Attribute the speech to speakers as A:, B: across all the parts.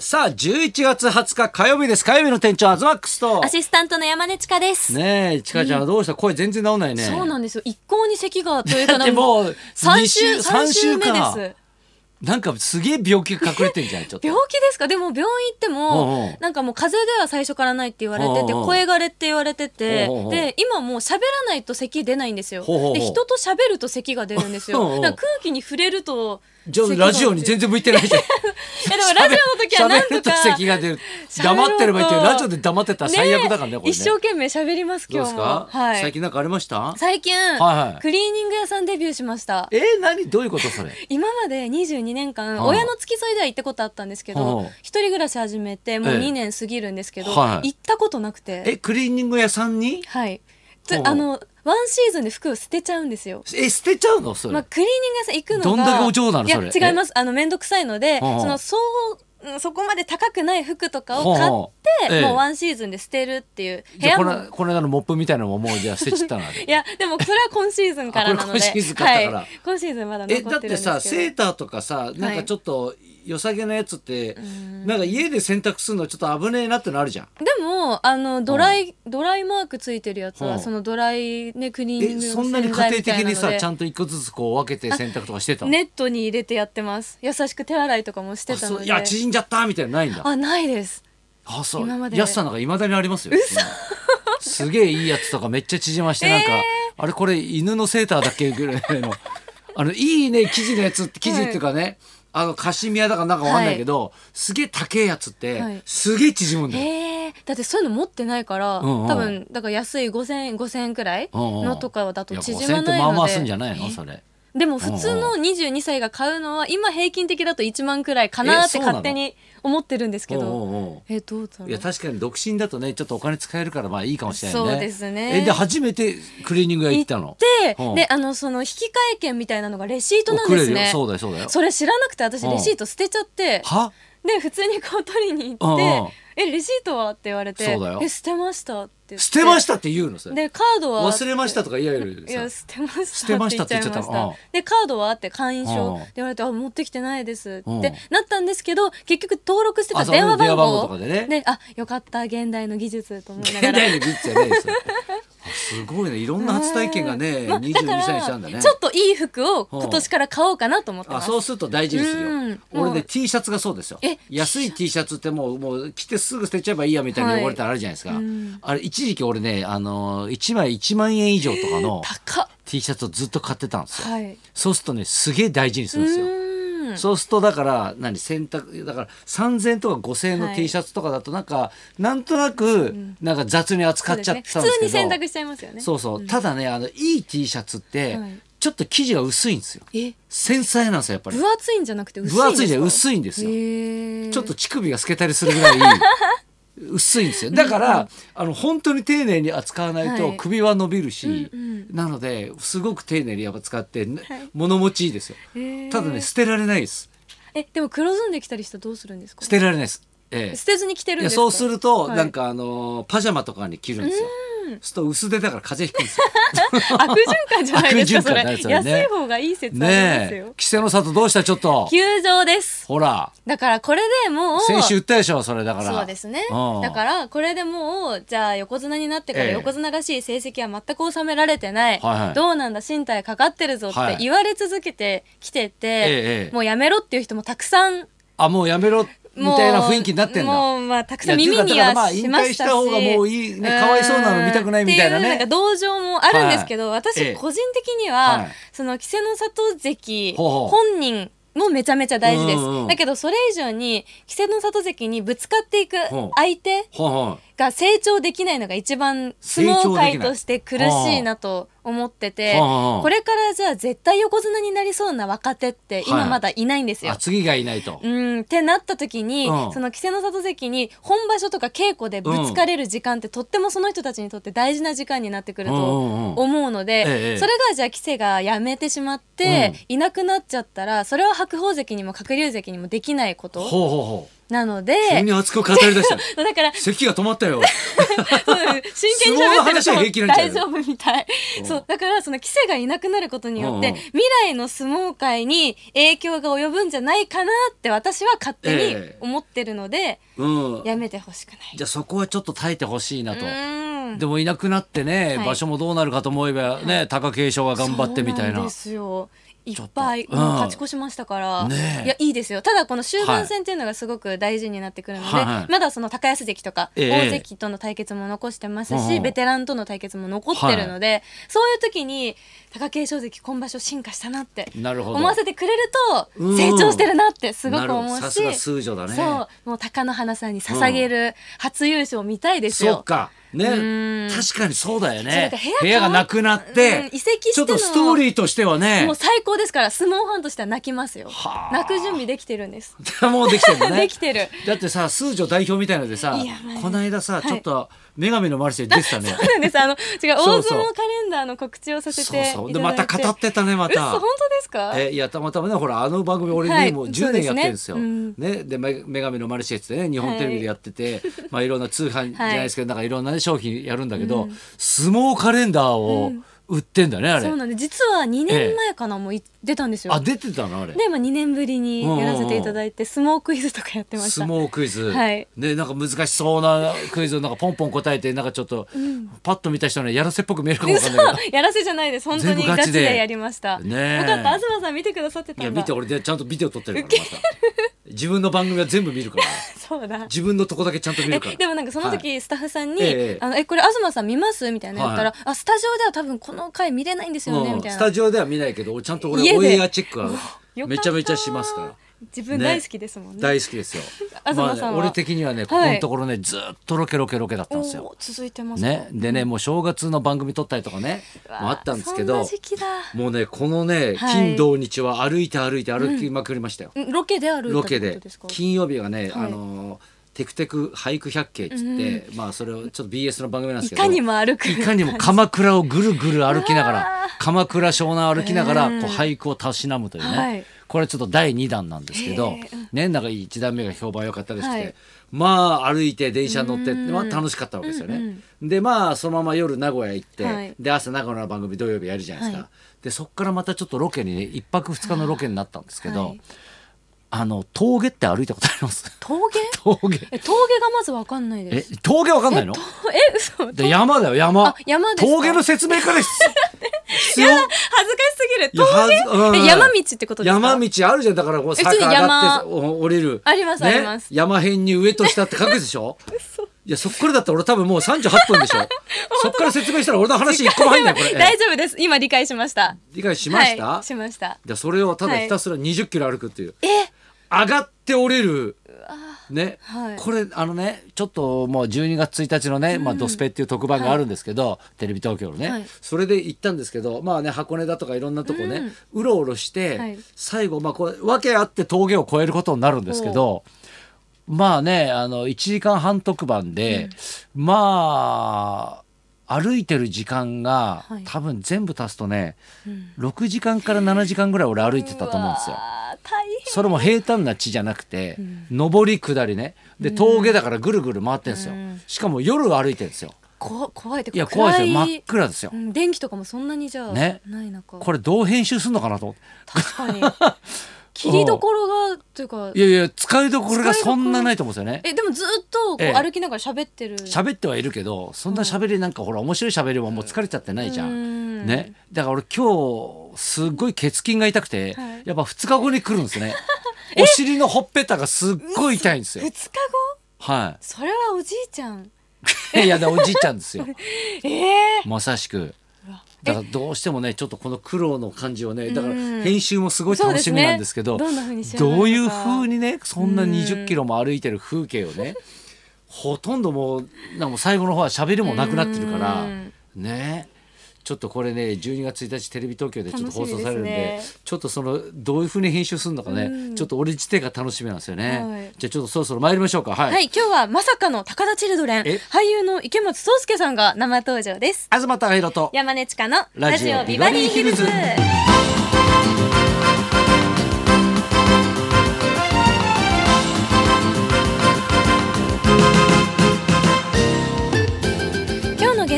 A: さあ、11月20日火曜日です。火曜日の店長、アズマックスと
B: ア。シスタントの山根千佳です。
A: ねえ、ちかちゃん、どうした声全然治んないね。
B: そうなんですよ。一向に咳がとい うか、
A: だってもう
B: 三
A: 二週
B: 週三週目
A: 三週か
B: です。
A: なんかすげえ病気が隠れてんじゃん、ちょっと。
B: 病気ですかでも病院行って
A: うんう
B: も
A: ん、
B: なんかもう風邪では最初からないって言われてて、
A: うんうん
B: 声がれって言われてて
A: うんうん、
B: で、今もう喋らないと咳出ないんですよ。
A: ほうほうほう
B: で、人と喋ると咳が出るんです
A: うんうん
B: よ。だから空気に触れると、
A: じゃあ、
B: 咳が
A: ラジオに全然向いてない じゃん。
B: いや、でもラジオの時はなん
A: 喋ると
B: とか。
A: 咳が出る。
B: 喋ろうと
A: 黙ってればいいっていう、ラジオで黙ってたら最悪だからね、これね。
B: 一生懸命喋ります、
A: どう
B: 今
A: で
B: 日
A: す
B: も。
A: か、
B: はい
A: 最近なんかありました
B: 最近、
A: はいはい
B: クリーニング屋さんデビューしました。
A: えー、何どういうことそれ。
B: 今まで22年
A: は
B: 間
A: あ
B: 親の付き添いでは行ったことあったんですけ
A: は
B: ど
A: あ
B: 一人暮らし始めてもう
A: ええ
B: 2年過ぎるんですけど
A: は
B: 行
A: い
B: ったことなく
A: え、
B: て
A: クリーニング屋さんに
B: はい
A: は
B: つ
A: あ
B: あのワンシーズンで服を捨てちゃうんですよ。
A: え、捨てちゃうのそれ。
B: まあ、クリーニング屋さん行くのが
A: どんだけお嬢なの
B: いや
A: それ
B: 違いますあの面倒くさいので
A: はあ
B: そのそううんそこまで高くない服とかを買
A: はあ
B: って
A: ええ
B: もうワンシーズンで捨てるっていう部
A: じゃあ
B: 屋
A: こ
B: も
A: のこの間のモップみたいなのももうじゃあ捨てちった な
B: いやでもそれは今シーズンからなので
A: あこれ今シーズン買ったから
B: はい、今シーズンまだ
A: え
B: 残って
A: だ
B: る
A: っ
B: んで
A: て
B: すけど
A: さセーターとかさなんかちょっと良さげなやつって、なんか家で洗濯するのちょっと危ねえなってのあるじゃん。
B: でもあのドライ、ドライマークついてるやつは、
A: うん
B: そのドライねクリーニン
A: え
B: グの
A: そんなに家庭的にさちゃ
B: ん
A: んと一個ずつこう分けて洗濯とかしてたの
B: ネットに入れてやってます優しく手洗いとかもして
A: あ
B: た
A: そ
B: の
A: う
B: で
A: いや縮んじゃったみたいなのないんだ。
B: あないです
A: あそう
B: 今まで
A: 安さなんかいまだにありますよすげえいいやつとかめっちゃ縮ましてなんか、あれこれ犬のセーターだっけぐらい のあのいいね生地のやつって生地っていうかね、あのカシミヤだからなんかわかんないけど、すげえ高えやつって、
B: はい
A: すげえ縮むんだよ。
B: へえだってそういうの持ってないから、
A: うんうん
B: 多分だから安い5000円5000円くらい
A: うんうん
B: のとかだと
A: いや
B: 縮
A: 5000円
B: ま
A: って
B: ない
A: まあま
B: の
A: あすんじゃ
B: で
A: ないのそれ。
B: でも普通の22歳が買うのは今平均的だと1万くらいかな
A: え
B: っ
A: そ
B: て
A: うなの
B: 勝手に思ってるんですけ
A: お
B: ど
A: うおうお
B: えどうだろ
A: う
B: う
A: いや確かに独身だとねちょっとお金使えるからまあいいかもしれないね。
B: そうですね
A: えで初めてクリーニング屋行った
B: 行
A: の。
B: って、
A: うん
B: であのその引き換え券みたいなのがレシートなん
A: 送
B: で
A: れ
B: す
A: るよ
B: ね
A: そうだよそうだよ。
B: それ知らなくて私
A: うん
B: レシート捨てちゃって、
A: は
B: で普通にこう取りに行っ
A: うんうん
B: て「えレシートは?」って言われて
A: そうだよ
B: え捨てました」って言って
A: 捨てましたって言うのそれ。
B: でカードは
A: 忘れましたとか言える
B: いや捨てま
A: 捨
B: してた
A: ま
B: っ
A: してた
B: 言
A: っ言っ
B: ってちゃい
A: ちゃった
B: ま
A: の
B: した
A: うん
B: でカードはって会員
A: うん
B: 証って言われてあ持ってきてないです
A: うん
B: ってなったんですけど結局登録して
A: あ
B: た
A: そう
B: 電話番
A: 電話番号
B: 号
A: とかでね
B: あよかった現代の技術と思いなが
A: 現
B: ら
A: 代の技術じゃないですよ。あすごいね、いろんな初体験がね、
B: まあ
A: 22
B: だ
A: 歳
B: か
A: に
B: ら
A: したんだね。
B: ちょっといい服を今年から買おうかなと思ってま
A: あ
B: す
A: そうすると大事ですよ
B: うん。
A: 俺
B: も
A: ね
B: う
A: T シャツがそうですよ
B: え。
A: 安い T シャツってもうもう着てすぐ捨てちゃえばいいやみたい
B: は
A: に
B: い
A: 汚れたらあるじゃないですか。
B: うん
A: あれ一時期俺ねあの一枚1万円以上とかの
B: 高っ
A: T シャツをずっと買ってたんですよ。
B: はい
A: そうするとねすげえ大事にするんですよ。
B: うーん
A: そうするとだから何洗濯だから3,000とか5,000の
B: はい
A: T シャツとかだとなんか、なんとなくなんか雑に扱っ
B: そうで
A: ちゃ
B: す
A: ったんですけ
B: ね普
A: ど、
B: 通に洗濯しちゃいますよね
A: そうそう、ただねあのいい T シャツって、
B: はい
A: ちょっと生地が薄いんですよ
B: え
A: 繊細なんですよやっぱり
B: 分厚いんじゃなくて薄いんです
A: 分
B: か
A: 厚いじゃ薄いんですよ、
B: へー
A: ちょっと乳首が透けたりするぐらい 薄いんですよだから、あの本当に丁寧に扱わないと
B: はい
A: 首は伸びるし、
B: うんうん
A: なのですごく丁寧にやっぱ使って、
B: い
A: 物持ちいいですよ
B: へー
A: ただね捨てられないです
B: えでも黒ずんできたりしたらどうするんですか
A: 捨てられないですええ
B: 捨てずに着てるん
A: い
B: で
A: や
B: すか
A: そうすると、
B: はい
A: なんかあのーパジャマとかに着るんですよ。そうすると薄手だから風邪ひくん ですよ。
B: 悪循環じゃないですかそ
A: 悪循環になる
B: れ
A: それね
B: 安い方がいい説あります
A: ねえ
B: よ、
A: 稀勢の里どうしたちょっと。
B: 球場です
A: ほら、
B: だからこれでもう
A: 先週言ったでしょそれだから。
B: そうですね
A: うん
B: だからこれでもうじゃあ横綱になってから
A: ええ
B: 横綱らしい成績は全く収められてない、
A: はいはい
B: どうなんだ身体かかってるぞっ
A: はい
B: て言われ続けてきてて、
A: ええ
B: もうやめろっていう人もたくさん
A: あもうやめろみ
B: もう
A: たいな雰囲気になってんだ。
B: もうまあたくさん
A: いや
B: 耳に
A: だからまあ
B: はしまし
A: 引退
B: たし
A: した方がもういいねかわいそうなの見たくないみたいなね
B: うんっていうなんか同情もあるんですけど、
A: はいええ
B: 私個人的には、
A: はい
B: その稀勢の里関
A: ほうほう
B: 本人もめちゃめちゃ大事です、
A: うんうん
B: だけどそれ以上に稀勢の里関にぶつかっていく
A: ほう
B: 相手
A: ほんほん。
B: が成長できないのが一番相撲界として苦しいなと思ってて
A: 成長できないはあはあ
B: これからじゃあ絶対横綱になりそうな若手って
A: は
B: 今
A: い
B: まだいないんですよ
A: あ。次がいないと。
B: うんってなった時に、
A: うん
B: その稀勢の里関に本場所とか稽古でぶつかれる時間って、とってもその人たちにとって大事な時間になってくる
A: うんうんうん
B: と思うの
A: え
B: で、
A: え
B: それがじゃあ稀勢が辞めてしまって、いなくなっちゃったらそれは白鵬関にも鶴竜関にもできないこと
A: ほうほうほう。
B: なので
A: 急に熱く語り出した
B: だ から
A: 咳が止まったよ
B: そうです真剣
A: 相
B: に喋ってる
A: 撲の話は平気
B: と
A: なんちゃう
B: 大丈夫みたい、
A: うん
B: そうだからその規制がいなくなることによって、
A: うんうん
B: 未来の相撲界に影響が及ぶんじゃないかなって私は勝手に思ってるので、
A: うん
B: やめてほしくない。
A: じゃあそこはちょっと耐えてほしいなと
B: うん
A: でもいなくなってね、
B: はい
A: 場所もどうなるかと思えばね、貴景勝が頑張ってみたい
B: そう
A: なん
B: ですよいっぱい
A: ちょっとうん
B: もう勝ち越しましたから、
A: ねえ
B: いやいいですよただこの終盤戦っていうのがすごく大事になってくるので、
A: はいはい
B: まだその高安関とか
A: ええ
B: 大関との対決も残してます
A: うん
B: し、
A: うん
B: ベテランとの対決も残ってるので、そういう時に貴景勝関今場所進化したなって
A: なるほど
B: 思わせてくれる
A: う
B: と
A: ん
B: 成長してるなってすごく思う
A: なるほどさ
B: し、
A: すが数女だね
B: そうもう貴乃花さんに捧げる初優勝見たいです
A: そ
B: よ
A: っ。かね
B: うん
A: 確かにそうだよ
B: そうだ
A: ね
B: から
A: 部屋が
B: 変わ
A: なくなって、
B: うん移籍して
A: ちょっと
B: の
A: ストーリーとしてはね
B: もう最高ですから相撲ファンとしては泣きますよ
A: はあ
B: 泣く準備できてるんです
A: もうできてるのね
B: できてる
A: だってさ数女代表みたいのでさ
B: いやまあ
A: この間さ、
B: はい
A: ちょっと「女神のマルシェ」出て たね
B: そうなんですあの違う
A: そう
B: 大
A: そう
B: 相撲カレンダーの告知をさせていた
A: そう
B: だいて
A: そうでまた語ってたねま
B: 嘘
A: た
B: 本当ですか
A: えいやたまたまねほらあの番組俺
B: は
A: ね
B: い
A: もう10年やってるんですよ。
B: そうです
A: ね
B: ね
A: で「め女神のマルシェ」っつってね日本テレビでやってて、い、まあいろんな通販じゃないですけど、なんかいろんなね商品やるんだけど、相撲カレンダーを売ってんだねあれ。
B: そうなんで実は2年前かな、もうい出たんですよ
A: あ出てたのあれ。
B: で、まあ、2年ぶりにやらせていただいて、相撲クイズとかやってまし
A: 相
B: た
A: 撲クイズ、
B: はい
A: ねなんか難しそうなクイズをなんかポンポン答えてなんかちょっと、パッと見た人にはやらせっぽく見えるかもわかんないけど
B: 嘘やらせじゃないです本当
A: 全
B: に
A: 部ガ
B: ガ
A: チ
B: チ
A: で
B: でやりました、
A: ねえ
B: よかった東さん見てくださってたん
A: い
B: だ
A: や見て俺でちゃんとビデオ撮ってるからまた自分の番組は全部見るから
B: そうだ
A: 自分のとこだけちゃんと見るから
B: えでもなんかその時、
A: は
B: スタッフさんに「
A: ええ
B: あのえこれ東さん見ます?」みたいなの言ったら「
A: は
B: あスタジオでは多分この回見れないんですよね」
A: うん
B: みたい
A: ス
B: な
A: タジオでは見ないけどちゃんと俺
B: 家で
A: オンエアチェックは
B: よかった
A: めちゃめちゃしますから。
B: 自分大好きですもんね
A: 大好きですよ。
B: 東さんは
A: ね俺的にはね、ここのところね、ずっとロケロケロケだったんですよ。
B: おー続いてますか
A: ね、でね、もう正月の番組撮ったりとかね、
B: うわー
A: もあったんですけ
B: そん
A: ど
B: な。時期だ
A: もうね、このね、
B: はい
A: 金土日は歩いて歩いて歩きまくりましたよ。
B: んロケである
A: ロケで
B: ですか
A: 金曜日はね、
B: はい
A: あのーテクテク俳句百景っつって、まあそれをちょっと BS の番組なんですけ
B: い
A: ど
B: かにも歩く
A: いかにも鎌倉をぐるぐる歩きなが
B: うわ
A: ら鎌倉湘南を歩きながら
B: うん
A: こう俳句をたしなむというね、
B: はい
A: これちょっと第2弾なんですけど
B: へえ
A: 年中1段目が評判良かったですして、
B: はい
A: まあ歩いて電車乗って、
B: うん
A: まあ、楽しかったわけですよね。
B: うん
A: でまあそのまま夜名古屋行って、
B: はい
A: で朝名古屋の番組土曜日やるじゃないですか。
B: はい
A: でそこからまたちょっとロケにね1泊2日のロケになったんですけど、
B: はい
A: あの峠って歩いたことあります
B: 峠
A: 峠
B: え峠がまずわかんない
A: え
B: です
A: 峠わかんないの
B: とえ嘘
A: で山だよ山
B: あ山ですか
A: 峠の説明 からです必要
B: 恥ずかしすぎる
A: いやはずうん
B: 峠え山道ってことですか
A: 山道あるじゃんだからこう坂上
B: 普通
A: がっ
B: に
A: て
B: 山
A: お降りる
B: あります
A: ね
B: あります
A: 山辺に上と下って書くでし ょいやそっからだったら俺多分もう38分でしょそっから説明したら俺の話一個も入んないこれ
B: 大丈夫です今理解しました
A: 理解しました、
B: はい、しました
A: でそれをただひたすら20キロ歩くっていう、
B: え
A: 上がって降りるね、
B: はい
A: これあのねちょっともう12月1日のね「まあ、ドスペ」っていう特番があるんですけど、テレビ東京のね、
B: はい
A: それで行ったんですけどまあね箱根だとかいろんなとこね、うろうろして、
B: はい
A: 最後まあこれ訳あって峠を越えることになるんですけど。まあねあの1時間半特番で、まあ歩いてる時間が、
B: はい
A: 多分全部足すとね、
B: うん
A: 6時間から7時間ぐらい俺歩いてたと思うんですよ
B: う。わー大変
A: それも平坦な地じゃなくて、上り下りねで峠だからぐるぐる回ってんですよ、
B: うん
A: しかも夜歩いてんですよ
B: こ怖いって
A: いや怖いですよ
B: 暗
A: 真っ暗ですよ、
B: うん電気とかもそんなにじゃあ、
A: ね
B: ない中
A: これどう編集すんのかなと思って
B: 確かに切りどころが というか
A: いやいや使いどころがそんなないと思うんですよね
B: えでもずっとこう
A: ええ
B: 歩きながら喋ってる、
A: 喋ってはいるけどそんな喋りなんかほら面白い喋りはもう疲れちゃってないじゃん、
B: うん
A: ねだから俺今日すっごい血筋が痛くて、
B: はい
A: やっぱ2日後に来るんですねお尻のほっぺたがすっごい痛いんです
B: 二
A: よ
B: 日後
A: は
B: それはおじいちゃん
A: いいやでおじいちゃんですよ
B: ええ
A: まさしく
B: うわ
A: だからどうしてもねちょっとこの苦労の感じをねだから
B: うん
A: 編集もすごい楽しみなんですけど
B: そうですねどんな風に仕上がるのか
A: どういう風にねそんな
B: うん
A: 20キロも歩いてる風景をねほとんどもうなんかもう最後の方は喋りもなくなってるから
B: うん
A: ねちょっとこれね12月1日テレビ東京でちょっと放送されるんで
B: 楽しみです
A: ちょっとそのどういう風に編集するのかね、
B: うん
A: ちょっと俺自体が楽しみなんですよね、
B: はい
A: じゃあちょっとそろそろ参りましょうかはい、
B: はい今日はまさかの高田チルドレン
A: え
B: 俳優の池松壮亮さんが生登場です
A: 東隆弘と
B: 山根千佳の
A: ラ
B: ラ
A: ジ
B: ジ
A: オ
B: オビバリーヒルズ
A: ビバリー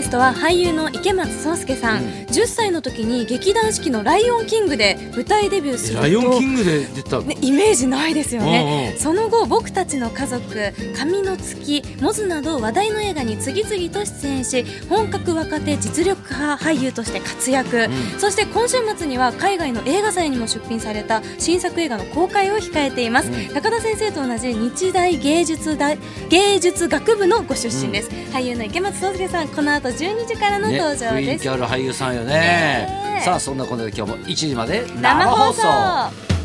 B: ストは俳優の池松壮亮さん、
A: うん
B: 10歳の時に劇団四季の「ライオンキング」で舞台デビューすると
A: ライオンキングで出た、
B: ね、イメージないですよ
A: う
B: ね
A: んうん
B: その後「僕たちの家族」「髪の月」「モズ」など話題の映画に次々と出演し本格若手実力派俳優として活躍、
A: う
B: そして今週末には海外の映画祭にも出品された新作映画の公開を控えています、
A: うん
B: 高田先生と同じ日大芸術大芸術学部のご出身です、俳優の池松壮亮さんこの後12時からの
A: ね、
B: 登場
A: 雰
B: で
A: 囲
B: す、
A: 気ある俳優さんよね
B: ねえ
A: さあそんなことで今日も1時まで
B: 生放送